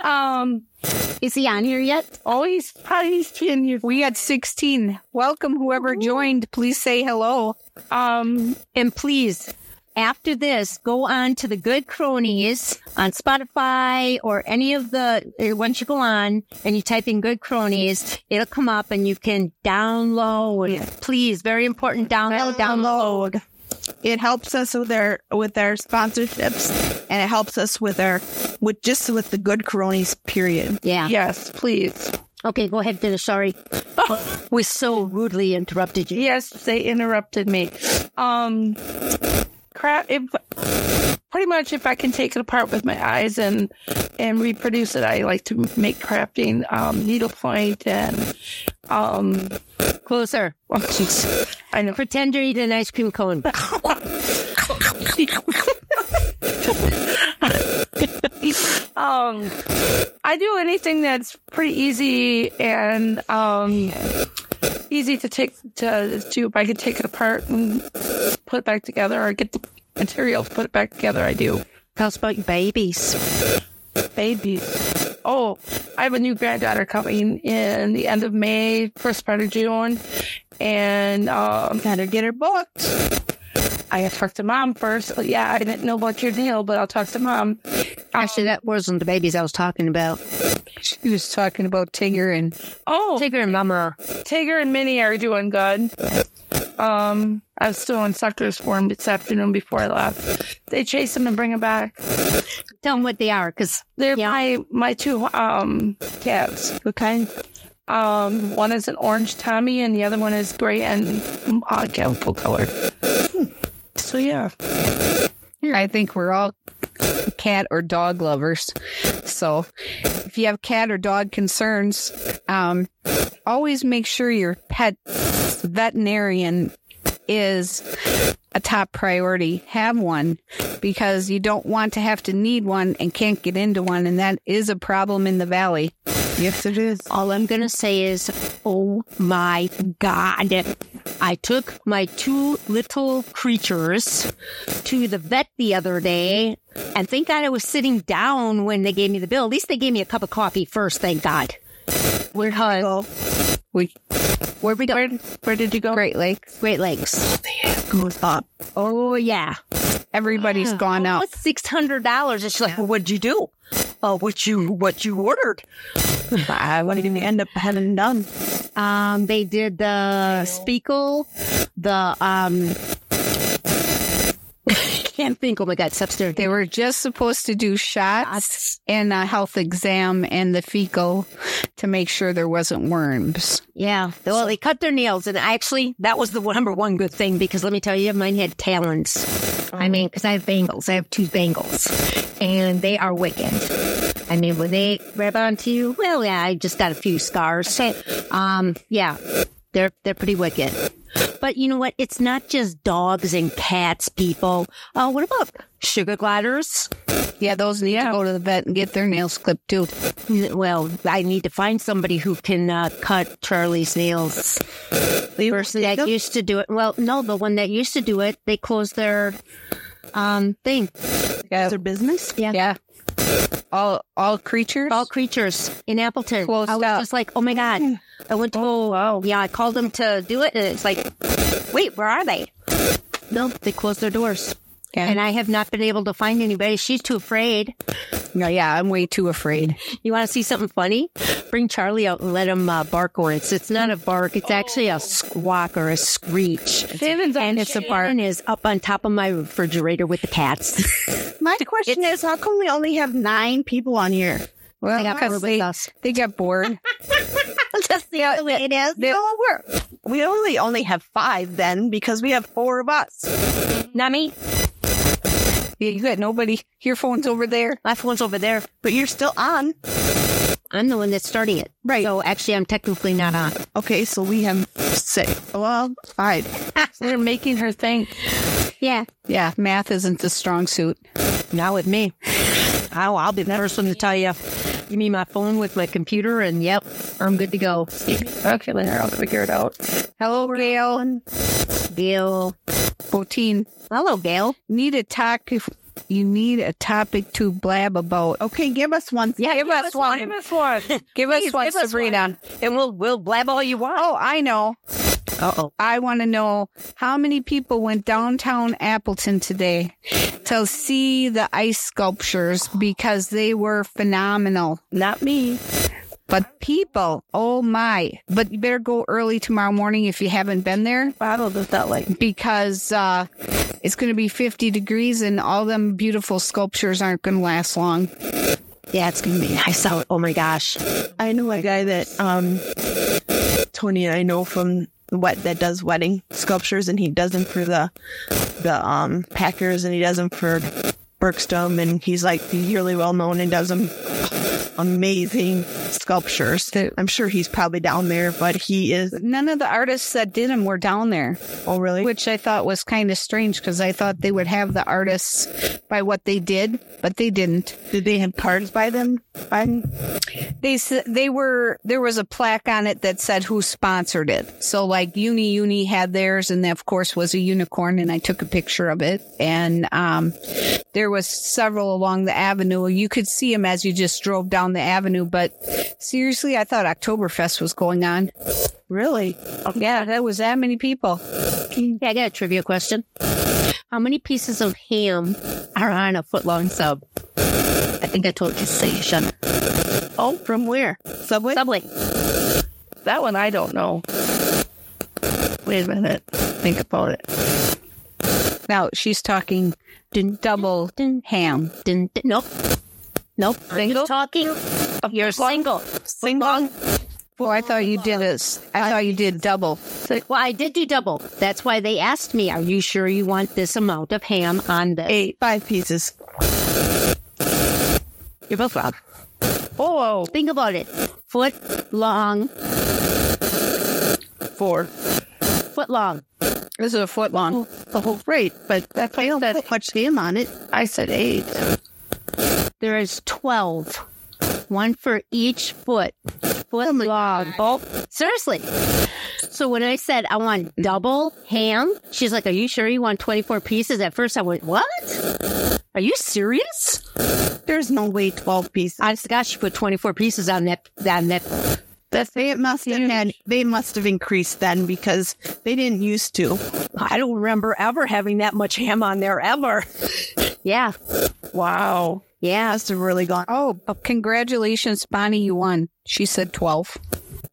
[SPEAKER 4] um,
[SPEAKER 3] Is he on here yet?
[SPEAKER 4] always probably in you.
[SPEAKER 6] we had 16. Welcome, whoever joined. Please say hello.
[SPEAKER 4] Um,
[SPEAKER 3] And please, after this, go on to the Good Cronies on Spotify or any of the. uh, Once you go on and you type in Good Cronies, it'll come up and you can download. Please, very important. Download, download.
[SPEAKER 2] It helps us with our with our sponsorships and it helps us with our with just with the good coronies period.
[SPEAKER 3] Yeah.
[SPEAKER 4] yes, please.
[SPEAKER 3] Okay, go ahead, Dennis. Sorry, we so rudely interrupted you.
[SPEAKER 4] Yes, they interrupted me. Um, crap. If pretty much if I can take it apart with my eyes and and reproduce it, I like to make crafting, um, needlepoint, and um,
[SPEAKER 3] Closer.
[SPEAKER 4] oh, jeez. I know.
[SPEAKER 3] Pretend you're eating an ice cream cone.
[SPEAKER 4] um, I do anything that's pretty easy and um, easy to take to do. If I can take it apart and put it back together, or get the material, put it back together, I do.
[SPEAKER 3] Tell us about your babies.
[SPEAKER 4] baby. Oh, I have a new granddaughter coming in the end of May, first part of June, and um,
[SPEAKER 2] Gotta get her booked.
[SPEAKER 4] I have to talk to mom first. But yeah, I didn't know about your deal, but I'll talk to mom.
[SPEAKER 3] Actually, that wasn't the babies I was talking about.
[SPEAKER 6] She was talking about Tigger and
[SPEAKER 4] Oh,
[SPEAKER 3] Tigger and Mama.
[SPEAKER 4] Tigger and Minnie are doing good. Um, I was still in suckers for him this afternoon before I left. They chase him and bring him back.
[SPEAKER 3] Tell them what they are, because
[SPEAKER 4] They're
[SPEAKER 3] Yeah.
[SPEAKER 4] my my two um calves.
[SPEAKER 2] What kind?
[SPEAKER 4] Um, one is an orange Tommy, and the other one is gray and uh, calico color. So yeah.
[SPEAKER 6] I think we're all cat or dog lovers. So if you have cat or dog concerns, um, always make sure your pet veterinarian is a top priority. Have one because you don't want to have to need one and can't get into one. And that is a problem in the valley.
[SPEAKER 2] Yes it is.
[SPEAKER 3] all I'm going to say is, oh my God. I took my two little creatures to the vet the other day, and thank God I was sitting down when they gave me the bill. At least they gave me a cup of coffee first, thank God. Where'd I go?
[SPEAKER 6] We,
[SPEAKER 3] Where'd we go?
[SPEAKER 4] Where where did you go?
[SPEAKER 6] Great Lakes.
[SPEAKER 3] Great Lakes.
[SPEAKER 2] Goes up.
[SPEAKER 3] Oh, yeah.
[SPEAKER 6] Everybody's gone out.
[SPEAKER 3] What's six hundred dollars? And she's like, well, "What'd you do? Oh, what you what you ordered?"
[SPEAKER 2] I want to end up having done.
[SPEAKER 3] Um, they did the speakle, the um. Can't think. Oh my God, it's upstairs.
[SPEAKER 6] They were just supposed to do shots and a health exam and the fecal to make sure there wasn't worms.
[SPEAKER 3] Yeah. Well, they cut their nails, and actually, that was the one- number one good thing because let me tell you, mine had talons. I mean, because I have bangles, I have two bangles, and they are wicked. I mean, when they grab onto you, well, yeah, I just got a few scars. Um, yeah, they're they're pretty wicked. But you know what? It's not just dogs and cats, people. Uh, what about sugar gliders?
[SPEAKER 6] Yeah, those need to go to the vet and get their nails clipped too.
[SPEAKER 3] Well, I need to find somebody who can uh, cut Charlie's nails.
[SPEAKER 2] They were
[SPEAKER 3] that used to do it. Well, no, the one that used to do it, they closed their um thing.
[SPEAKER 2] their business.
[SPEAKER 3] Yeah.
[SPEAKER 6] Yeah. All all creatures.
[SPEAKER 3] All creatures in Appleton.
[SPEAKER 6] Closed
[SPEAKER 3] I was
[SPEAKER 6] up.
[SPEAKER 3] just like, oh my god. I went to oh, wow. yeah, I called them to do it and it's like, wait, where are they? No, they closed their doors.
[SPEAKER 6] Yeah.
[SPEAKER 3] And I have not been able to find anybody. She's too afraid.
[SPEAKER 6] No, yeah, I'm way too afraid.
[SPEAKER 3] You want to see something funny? Bring Charlie out and let him uh, bark or it's it's not a bark. It's actually a squawk or a screech.
[SPEAKER 4] Shannon's on
[SPEAKER 3] and it's a bark. Shannon is up on top of my refrigerator with the cats.
[SPEAKER 2] My question is, how come we only have nine people on here?
[SPEAKER 6] Well,
[SPEAKER 3] I got
[SPEAKER 6] because
[SPEAKER 3] bored with
[SPEAKER 6] they,
[SPEAKER 3] us.
[SPEAKER 6] they got bored.
[SPEAKER 2] Just the way it is. No, we're, we only only have five then because we have four of us.
[SPEAKER 3] Nami,
[SPEAKER 6] Yeah, you got nobody. Your phone's over there.
[SPEAKER 3] my phone's over there.
[SPEAKER 2] But you're still on.
[SPEAKER 3] I'm the one that's starting it.
[SPEAKER 2] Right.
[SPEAKER 3] So actually, I'm technically not on.
[SPEAKER 2] Okay, so we have six. Well, five.
[SPEAKER 4] They're making her think.
[SPEAKER 3] Yeah.
[SPEAKER 6] Yeah, math isn't the strong suit.
[SPEAKER 3] Not with me. Oh, I'll be the first one to tell you. Give me my phone with my computer, and yep, I'm good to go.
[SPEAKER 4] Okay, then I'll figure it out.
[SPEAKER 6] Hello, Gail.
[SPEAKER 3] Bill.
[SPEAKER 6] 14.
[SPEAKER 3] Hello, Bill.
[SPEAKER 6] Need a topic. You need a topic to blab about.
[SPEAKER 2] Okay, give us one.
[SPEAKER 6] Yeah, give, us one.
[SPEAKER 4] Give us one.
[SPEAKER 6] Give us one,
[SPEAKER 3] give us
[SPEAKER 6] Sabrina.
[SPEAKER 3] And we'll we'll blab all you want.
[SPEAKER 6] Oh, I know.
[SPEAKER 3] Uh oh.
[SPEAKER 6] I want to know how many people went downtown Appleton today to see the ice sculptures because they were phenomenal.
[SPEAKER 4] Not me.
[SPEAKER 6] But people, oh my. But you better go early tomorrow morning if you haven't been there
[SPEAKER 4] Bottle does not like.
[SPEAKER 6] because uh, it's going to be 50 degrees and all them beautiful sculptures aren't going to last long.
[SPEAKER 3] Yeah, it's gonna be. I saw it. Oh my gosh.
[SPEAKER 2] I know a guy that um Tony and I know from what that does wedding sculptures and he does them for the the um Packers and he does them for Bergstrom and he's like really well known and does them amazing sculptures. I'm sure he's probably down there, but he is
[SPEAKER 6] None of the artists that did them were down there,
[SPEAKER 2] oh really
[SPEAKER 6] which I thought was kind of strange because I thought they would have the artists by what they did, but they didn't.
[SPEAKER 2] did they have cards by them? By
[SPEAKER 6] they s- they were there was a plaque on it that said who sponsored it. So like Uni Uni had theirs, and that of course was a unicorn, and I took a picture of it. And um, there was several along the avenue. You could see them as you just drove down the avenue. But seriously, I thought Oktoberfest was going on.
[SPEAKER 2] really?
[SPEAKER 6] Yeah, that was that many people.
[SPEAKER 3] Yeah, I got a trivia question. How many pieces of ham are on a foot long sub? I think I told you station.
[SPEAKER 2] Oh, from where? Subway?
[SPEAKER 3] Subway.
[SPEAKER 4] That one I don't know. Wait a minute. Think about it.
[SPEAKER 6] Now she's talking double
[SPEAKER 3] dun,
[SPEAKER 6] ham.
[SPEAKER 3] Dun, dun, nope. Nope.
[SPEAKER 4] Single?
[SPEAKER 3] You're talking. You're single. Single.
[SPEAKER 6] Well, Oh, I thought you did this. I thought you did double.
[SPEAKER 3] Well, I did do double. That's why they asked me, are you sure you want this amount of ham on this?
[SPEAKER 2] Eight. Five pieces.
[SPEAKER 3] You're both wrong.
[SPEAKER 4] Oh,
[SPEAKER 3] Think about it. Foot long.
[SPEAKER 2] Four.
[SPEAKER 3] Foot long.
[SPEAKER 6] This is a foot long.
[SPEAKER 2] The whole rate, Oh, but that's why I don't put much ham on it.
[SPEAKER 4] I said eight.
[SPEAKER 3] There is 12. One for each foot. Foot long. Oh, seriously. So when I said I want double ham, she's like, Are you sure you want 24 pieces? At first I went, What? Are you serious?
[SPEAKER 2] There's no way twelve pieces.
[SPEAKER 3] Honest to God, she put 24 pieces on that, on that.
[SPEAKER 2] That they must have had, they must have increased then because they didn't used to.
[SPEAKER 3] I don't remember ever having that much ham on there ever. yeah.
[SPEAKER 4] Wow.
[SPEAKER 3] Yeah.
[SPEAKER 2] Must have really gone.
[SPEAKER 6] Oh, but congratulations, Bonnie, you won. She said 12.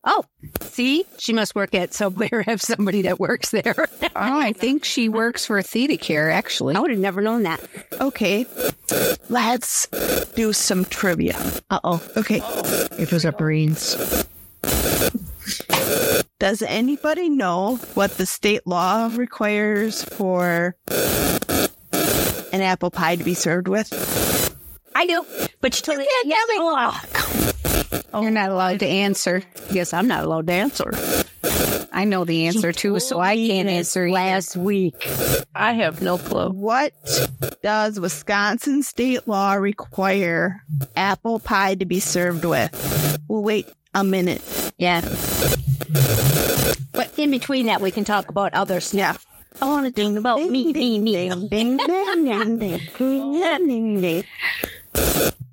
[SPEAKER 3] Oh, see, she must work at Subway or have somebody that works there.
[SPEAKER 6] Oh, I think she works for ThetaCare, actually.
[SPEAKER 3] I would have never known that.
[SPEAKER 2] Okay, let's do some trivia.
[SPEAKER 3] Uh oh.
[SPEAKER 2] Okay,
[SPEAKER 3] It was upperings.
[SPEAKER 2] does anybody know what the state law requires for an apple pie to be served with?
[SPEAKER 3] I do, but you told me. Yeah, oh,
[SPEAKER 6] Oh. You're not allowed to answer.
[SPEAKER 3] Yes, I'm not allowed to answer.
[SPEAKER 6] I know the answer too, so I can't answer. either.
[SPEAKER 3] Last week,
[SPEAKER 4] I have no clue.
[SPEAKER 2] What does Wisconsin state law require apple pie to be served with? Well, wait a minute.
[SPEAKER 3] yeah. But in between that, we can talk about other stuff. I want to think about me, me, me.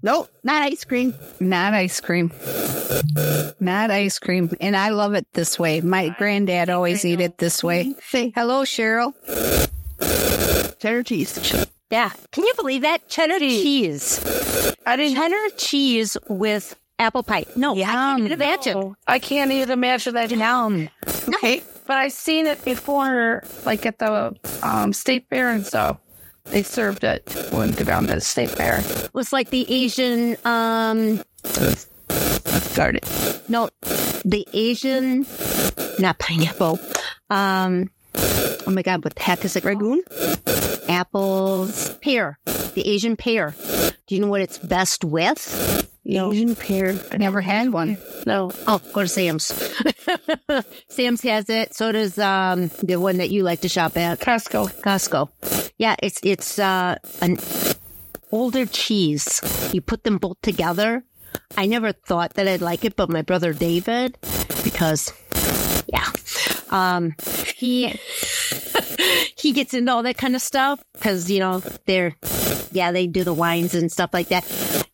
[SPEAKER 2] Nope, not ice cream.
[SPEAKER 6] Not ice cream. Not ice cream. And I love it this way. My granddad always ate it this way.
[SPEAKER 2] Say
[SPEAKER 6] Hello, Cheryl.
[SPEAKER 2] cheddar cheese.
[SPEAKER 3] Yeah. Can you believe that? Cheddar cheese.
[SPEAKER 4] I didn't.
[SPEAKER 3] Cheddar cheese with apple pie. No, I can't even imagine.
[SPEAKER 4] I can't even imagine that.
[SPEAKER 3] Yum.
[SPEAKER 2] Okay.
[SPEAKER 4] But I've seen it before, like at the um, state fair and stuff. They served it when go down to the state fair.
[SPEAKER 3] It was like the Asian, um,
[SPEAKER 4] Garden.
[SPEAKER 3] no, the Asian, not pineapple. Um, oh my God, what the heck is it? Ragoon? Apples, pear. The Asian pear. Do you know what it's best with? Asian pear.
[SPEAKER 6] I never had one.
[SPEAKER 4] No.
[SPEAKER 3] Oh, go to Sam's. Sam's has it. So does um the one that you like to shop at,
[SPEAKER 4] Costco.
[SPEAKER 3] Costco. Yeah, it's it's uh an older cheese. You put them both together. I never thought that I'd like it, but my brother David, because yeah, um, he he gets into all that kind of stuff because you know they're yeah they do the wines and stuff like that.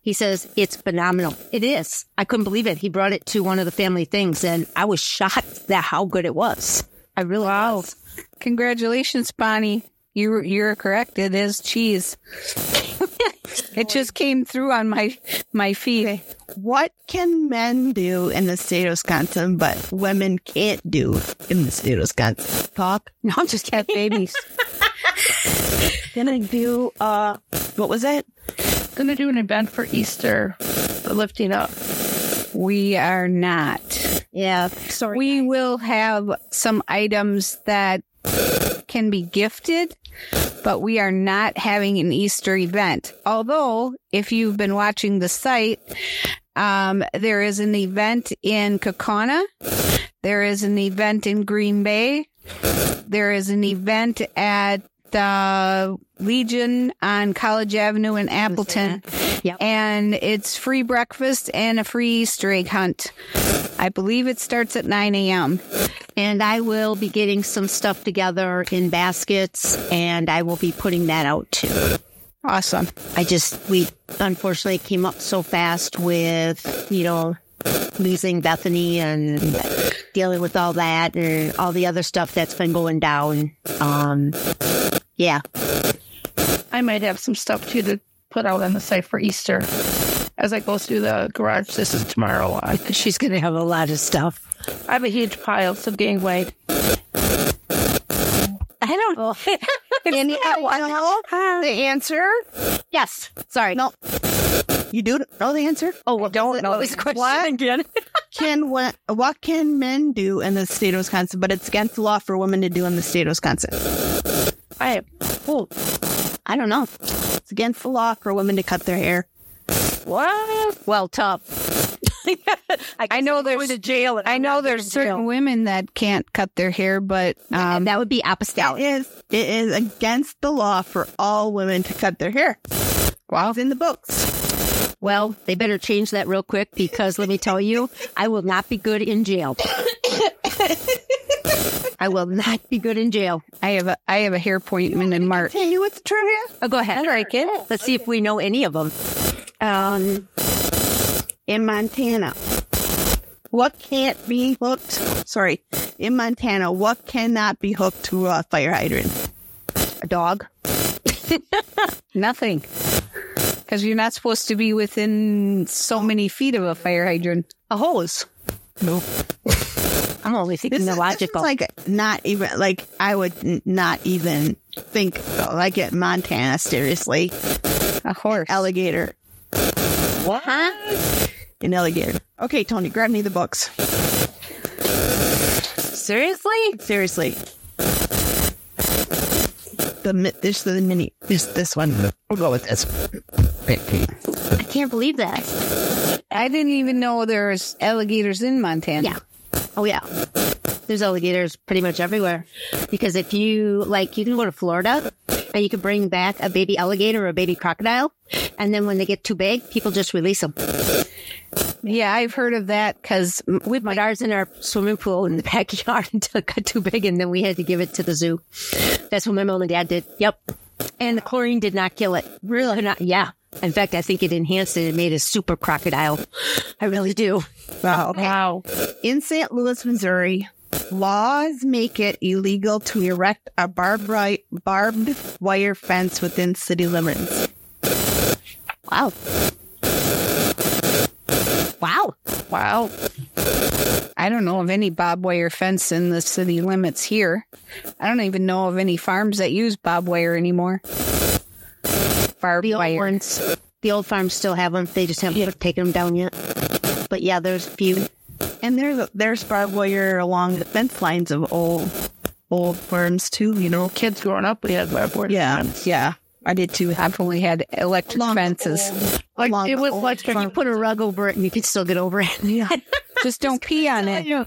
[SPEAKER 3] He says it's phenomenal. It is. I couldn't believe it. He brought it to one of the family things, and I was shocked that how good it was. I really was.
[SPEAKER 6] Congratulations, Bonnie. You you're correct. It is cheese. it just came through on my my feed.
[SPEAKER 2] What can men do in the state of Wisconsin, but women can't do in the state of Wisconsin? Talk.
[SPEAKER 6] No, I'm just cat babies.
[SPEAKER 2] Gonna do, uh, what was it?
[SPEAKER 4] Gonna do an event for Easter, the lifting up.
[SPEAKER 6] we are not.
[SPEAKER 3] Yeah. Sorry.
[SPEAKER 6] We will have some items that can be gifted, but we are not having an Easter event. Although, if you've been watching the site, um, there is an event in Kokona. There is an event in Green Bay. There is an event at the Legion on College Avenue in Appleton.
[SPEAKER 3] Yep.
[SPEAKER 6] And it's free breakfast and a free Easter egg hunt. I believe it starts at 9 a.m.
[SPEAKER 3] And I will be getting some stuff together in baskets and I will be putting that out too.
[SPEAKER 6] Awesome.
[SPEAKER 3] I just, we unfortunately came up so fast with, you know, losing Bethany and dealing with all that and all the other stuff that's been going down. Um, yeah.
[SPEAKER 4] I might have some stuff too to put out on the site for Easter. As I go through the garage, this is tomorrow. I,
[SPEAKER 3] She's going to have a lot of stuff.
[SPEAKER 4] I have a huge pile, so gain weight.
[SPEAKER 3] I don't know.
[SPEAKER 2] And the answer?
[SPEAKER 3] yes. Sorry.
[SPEAKER 2] No. You do know the answer?
[SPEAKER 3] Oh, well, don't know. Always question again.
[SPEAKER 2] Can what, what can men do in the state of Wisconsin, but it's against the law for women to do in the state of Wisconsin?
[SPEAKER 4] I have
[SPEAKER 3] Oh, I don't know.
[SPEAKER 2] It's against the law for women to cut their hair.
[SPEAKER 4] what?
[SPEAKER 3] Well, tough.
[SPEAKER 4] I know there's a jail.
[SPEAKER 6] I know there's certain women that can't cut their hair, but um,
[SPEAKER 3] that would be apostolic.
[SPEAKER 2] It is. It is against the law for all women to cut their hair. Wow. It's in the books.
[SPEAKER 3] Well, they better change that real quick because let me tell you, I will not be good in jail. I will not be good in jail.
[SPEAKER 6] I have a I have a hair appointment in March.
[SPEAKER 2] Hey, you with the trivia?
[SPEAKER 3] Oh, go ahead. All right, kid. Let's see if we know any of them.
[SPEAKER 2] Um, in Montana, what can't be hooked? Sorry, in Montana, what cannot be hooked to a fire hydrant?
[SPEAKER 3] A dog.
[SPEAKER 6] Nothing. Because you're not supposed to be within so many feet of a fire hydrant.
[SPEAKER 3] A hose. No. I'm only thinking the
[SPEAKER 2] is-
[SPEAKER 3] logical.
[SPEAKER 2] is like not even like I would n- not even think like it Montana. Seriously,
[SPEAKER 6] A horse.
[SPEAKER 2] alligator, an alligator. Okay, Tony, grab me the books.
[SPEAKER 3] Seriously?
[SPEAKER 2] Seriously. The mi- this the mini this this one. We'll go with this.
[SPEAKER 3] I can't believe that.
[SPEAKER 6] I didn't even know there's alligators in Montana.
[SPEAKER 3] Yeah. Oh, yeah. There's alligators pretty much everywhere. Because if you, like, you can go to Florida and you can bring back a baby alligator or a baby crocodile. And then when they get too big, people just release them.
[SPEAKER 6] Yeah, I've heard of that because
[SPEAKER 3] we put ours in our swimming pool in the backyard until it got too big, and then we had to give it to the zoo. That's what my mom and dad did. Yep, and the chlorine did not kill it. Really? Not, yeah. In fact, I think it enhanced it and made a super crocodile. I really do.
[SPEAKER 2] Wow.
[SPEAKER 4] Wow.
[SPEAKER 2] In St. Louis, Missouri, Laws make it illegal to erect a barbed, ri- barbed wire fence within city limits.
[SPEAKER 3] Wow. Wow.
[SPEAKER 4] Wow.
[SPEAKER 6] I don't know of any bob wire fence in the city limits here. I don't even know of any farms that use bob wire anymore. Barbed
[SPEAKER 3] The old
[SPEAKER 6] wire.
[SPEAKER 3] ones, the old farms still have them. They just haven't taken them down yet. But yeah, there's a few.
[SPEAKER 2] And there's there's barbed wire along the fence lines of old old farms too. You know.
[SPEAKER 4] Kids growing up, we had barbed
[SPEAKER 2] Yeah, yeah. I did too.
[SPEAKER 6] I've only had electric
[SPEAKER 2] Long-
[SPEAKER 6] fences.
[SPEAKER 4] Like,
[SPEAKER 2] Long
[SPEAKER 4] it was
[SPEAKER 2] old
[SPEAKER 4] like,
[SPEAKER 2] farm.
[SPEAKER 3] Put a rug over it and you can still get over it.
[SPEAKER 2] Yeah.
[SPEAKER 6] Just don't pee on it.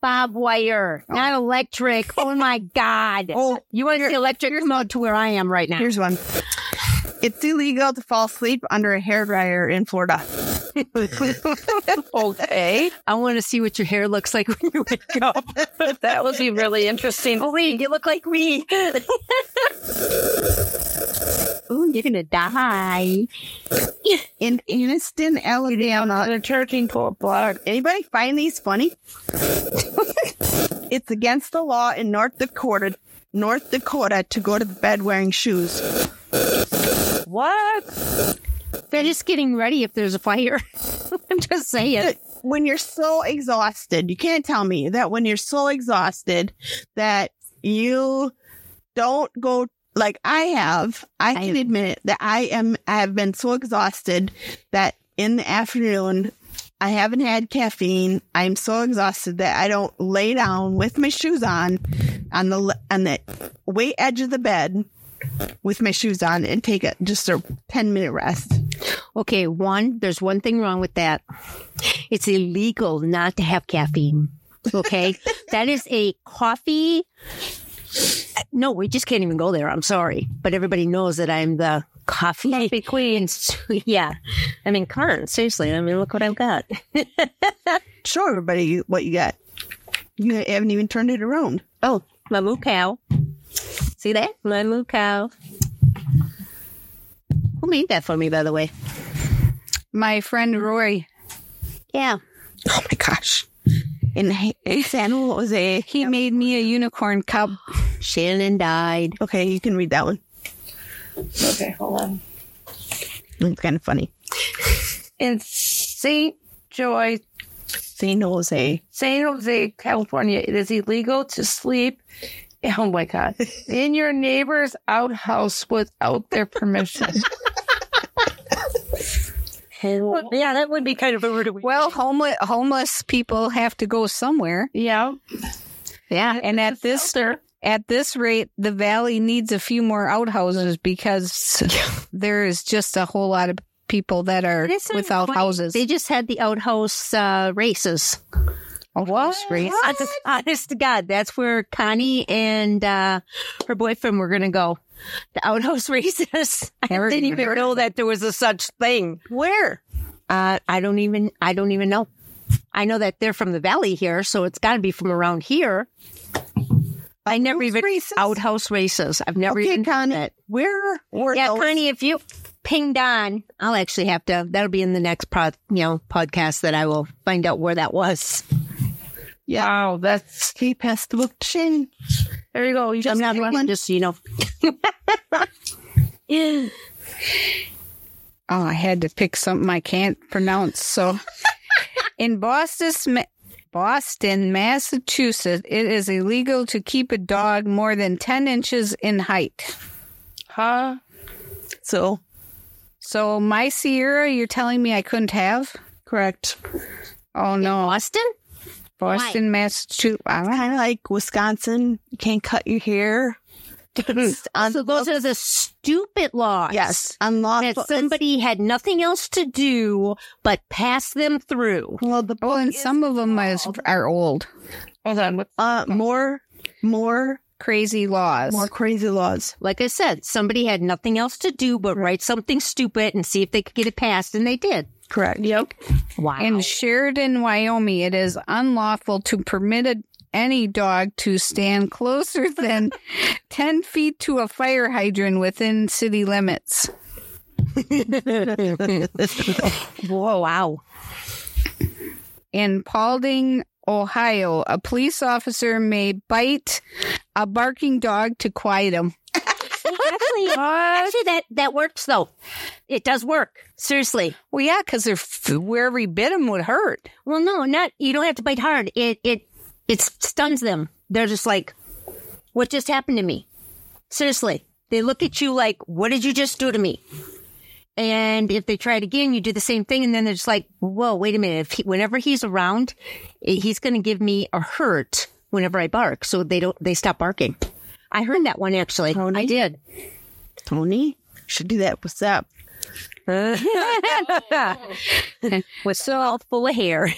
[SPEAKER 3] Bob wire,
[SPEAKER 6] Oh.
[SPEAKER 3] not electric. Oh my God.
[SPEAKER 2] Oh,
[SPEAKER 3] You want to see electric? Come out to where I am right now.
[SPEAKER 2] here's one. It's illegal to fall asleep under a hairdryer in Florida.
[SPEAKER 4] okay.
[SPEAKER 3] I want to see what your hair looks like when you wake up.
[SPEAKER 4] That would be really interesting.
[SPEAKER 3] Lee, you look like me. Ooh, you're gonna die.
[SPEAKER 2] In Anniston, Alabama,
[SPEAKER 4] They're charging for a block.
[SPEAKER 2] Anybody find these funny? it's against the law in North Dakota, North Dakota, to go to bed wearing shoes.
[SPEAKER 4] What?
[SPEAKER 3] They're just getting ready if there's a fire. I'm just saying.
[SPEAKER 2] When you're so exhausted, you can't tell me that when you're so exhausted that you don't go like I have. I can
[SPEAKER 3] I-
[SPEAKER 2] admit that I am. I have been so exhausted that in the afternoon. I haven't had caffeine. I'm so exhausted that I don't lay down with my shoes on on the le- on the way edge of the bed with my shoes on and take a, just a 10 minute rest.
[SPEAKER 3] Okay, one, there's one thing wrong with that. It's illegal not to have caffeine. Okay. that is a coffee. No, we just can't even go there. I'm sorry. But everybody knows that I'm the coffee, coffee queen. yeah. I mean, Karen, seriously. I mean, look what I've got.
[SPEAKER 2] Show everybody what you got. You haven't even turned it around.
[SPEAKER 3] Oh, my moo cow. See that? My moo cow. Who made that for me, by the way?
[SPEAKER 6] My friend Rory,
[SPEAKER 3] Yeah.
[SPEAKER 2] Oh my gosh. And he- he said, what was it?
[SPEAKER 6] he made me a unicorn cub.
[SPEAKER 3] Shannon died.
[SPEAKER 2] Okay, you can read that one.
[SPEAKER 4] Okay, hold on.
[SPEAKER 2] It's kind of funny.
[SPEAKER 4] In St. Joy,
[SPEAKER 2] San Jose.
[SPEAKER 4] San Jose, California, it is illegal to sleep. Oh my God. In your neighbor's outhouse without their permission.
[SPEAKER 3] Yeah, that would be kind of a rude way.
[SPEAKER 6] Well, homeless homeless people have to go somewhere.
[SPEAKER 4] yeah.
[SPEAKER 6] Yeah, and at this
[SPEAKER 4] Shelter.
[SPEAKER 6] at this rate, the valley needs a few more outhouses because there is just a whole lot of people that are
[SPEAKER 3] This is
[SPEAKER 6] without
[SPEAKER 3] funny.
[SPEAKER 6] houses.
[SPEAKER 3] They just had the outhouse uh, races.
[SPEAKER 6] What?
[SPEAKER 3] Honest, honest to God, that's where Connie and uh, her boyfriend were going to go. The outhouse races. I
[SPEAKER 6] Never
[SPEAKER 3] didn't
[SPEAKER 6] even
[SPEAKER 3] even know that there was a such thing. Where? Uh, I don't even. I don't even know. I know that they're from the valley here, so it's got to be from around here. I never even
[SPEAKER 2] races?
[SPEAKER 3] outhouse races. I've never
[SPEAKER 2] Okay,
[SPEAKER 3] even
[SPEAKER 2] Connie,
[SPEAKER 3] that.
[SPEAKER 2] where Oh, were
[SPEAKER 3] Yeah,
[SPEAKER 2] those?
[SPEAKER 3] Connie, if you pinged on, I'll actually have to. That'll be in the next pod, you know, podcast that I will find out where that was.
[SPEAKER 4] Wow, that's
[SPEAKER 2] He passed the book to Shannon.
[SPEAKER 4] there you go. You
[SPEAKER 3] I'm
[SPEAKER 4] just
[SPEAKER 3] not
[SPEAKER 2] one.
[SPEAKER 3] just so you know.
[SPEAKER 6] Oh, I had to pick something I can't pronounce. So, in Boston, Ma- Boston, Massachusetts, it is illegal to keep a dog more than ten inches in height.
[SPEAKER 4] huh?
[SPEAKER 2] So,
[SPEAKER 6] So, my Sierra, you're telling me I couldn't have?
[SPEAKER 2] correct.
[SPEAKER 6] Oh no,
[SPEAKER 3] Austin?
[SPEAKER 6] Boston, Massachusetts.
[SPEAKER 2] Kind of like Wisconsin. You can't cut your hair. It's un-
[SPEAKER 3] So Um, those are the stupid laws.
[SPEAKER 2] yes, unlawful.
[SPEAKER 3] That somebody had nothing else to do but pass them through.
[SPEAKER 2] well, the
[SPEAKER 6] Well, and some of them is, are old,
[SPEAKER 4] Hold on. What,
[SPEAKER 2] uh, more, more,
[SPEAKER 6] crazy laws.
[SPEAKER 2] more crazy laws.
[SPEAKER 3] Like I said, somebody had nothing else to do but write something stupid and see if they could get it passed, and they did.
[SPEAKER 2] Correct.
[SPEAKER 4] yep.
[SPEAKER 3] Wow.
[SPEAKER 6] In Sheridan, Wyoming, it is unlawful to permit a, any dog to stand closer than 10 feet to a fire hydrant within city limits.
[SPEAKER 3] Whoa, wow.
[SPEAKER 6] In Paulding, Ohio, a police officer may bite a barking dog to quiet him.
[SPEAKER 3] Actually, actually, that that works though. It does work. Seriously.
[SPEAKER 6] Well, yeah, because where every bit him would hurt.
[SPEAKER 3] Well, no, not you don't have to bite hard. It it it stuns them. They're just like, what just happened to me? Seriously, they look at you like, what did you just do to me? And if they try it again, you do the same thing, and then they're just like, whoa, wait a minute. If he, whenever he's around, eh, he's going to give me a hurt whenever I bark, so they don't they stop barking. I heard that one actually. I did.
[SPEAKER 2] Tony should do that. What's up?
[SPEAKER 3] With a mouthful of hair.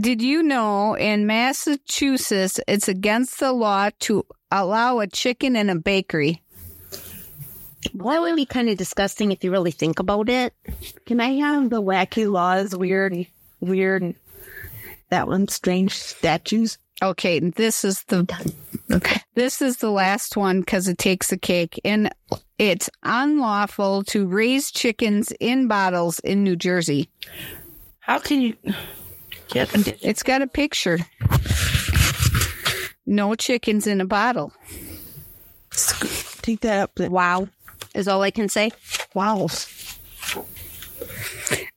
[SPEAKER 6] Did you know in Massachusetts it's against the law to allow a chicken in a bakery?
[SPEAKER 3] Why would be kind of disgusting if you really think about it?
[SPEAKER 2] Can I have the wacky laws, weird, weird, that one, strange statues?
[SPEAKER 6] Okay, this is the this is the last one because it takes the cake, and it's unlawful to raise chickens in bottles in New Jersey.
[SPEAKER 4] How can you get a
[SPEAKER 6] It's got a picture. No chickens in a bottle.
[SPEAKER 2] Take that up.
[SPEAKER 3] Wow, is all I can say.
[SPEAKER 2] Wow.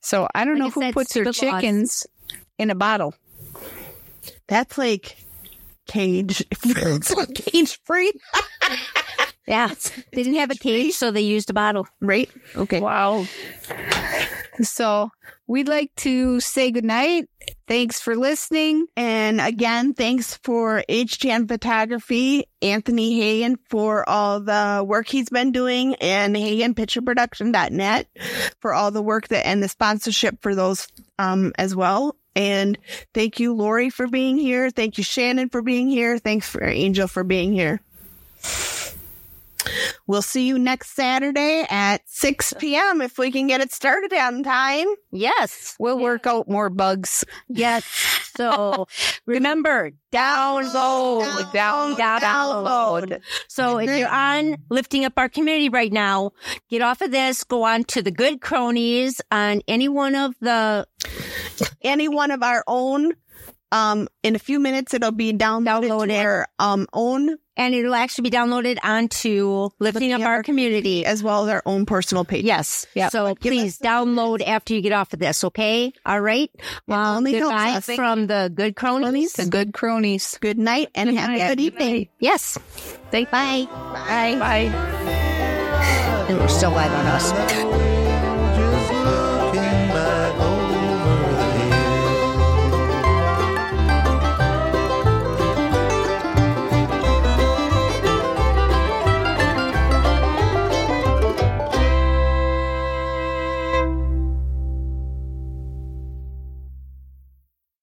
[SPEAKER 6] So I don't know
[SPEAKER 3] Like I
[SPEAKER 6] who
[SPEAKER 3] said,
[SPEAKER 6] puts their
[SPEAKER 3] stupid laws.
[SPEAKER 6] chickens in a bottle.
[SPEAKER 2] That's like cage. it's like cage free,
[SPEAKER 3] Yeah, they didn't have a cage, so they used a bottle.
[SPEAKER 2] right?
[SPEAKER 3] Okay.
[SPEAKER 4] wow?
[SPEAKER 6] So we'd like to say goodnight. Thanks for listening.
[SPEAKER 2] And again, thanks for HGN Photography, Anthony Hagen for all the work he's been doing, and HagenPictureProduction.net for all the work that and the sponsorship for those um, as well. And thank you, Lori, for being here. Thank you, Shannon, for being here. Thanks for Angel for being here. We'll see you next Saturday at 6 p.m. if we can get it started on time.
[SPEAKER 3] Yes.
[SPEAKER 6] We'll work out more bugs.
[SPEAKER 3] Yes. So remember, download, down, down, download. So if you're on lifting up our community right now, get off of this, go on to the good cronies on any one of the
[SPEAKER 2] any one of our own. Um, in a few minutes, it'll be downloaded
[SPEAKER 3] Downloaded.
[SPEAKER 2] to our um own
[SPEAKER 3] and it'll actually be downloaded onto lifting up our community.
[SPEAKER 2] as well as our own personal page.
[SPEAKER 3] Yes.
[SPEAKER 2] Yep.
[SPEAKER 3] So please download after you get off of this. Okay. All right. Well,
[SPEAKER 2] only helps
[SPEAKER 3] goodbye
[SPEAKER 2] us.
[SPEAKER 3] from the good cronies.
[SPEAKER 6] The good cronies.
[SPEAKER 2] Good night and have a good evening.
[SPEAKER 3] Yes. Bye. Bye. Bye.
[SPEAKER 4] Bye.
[SPEAKER 3] And we're still live on us.
[SPEAKER 1] Just love.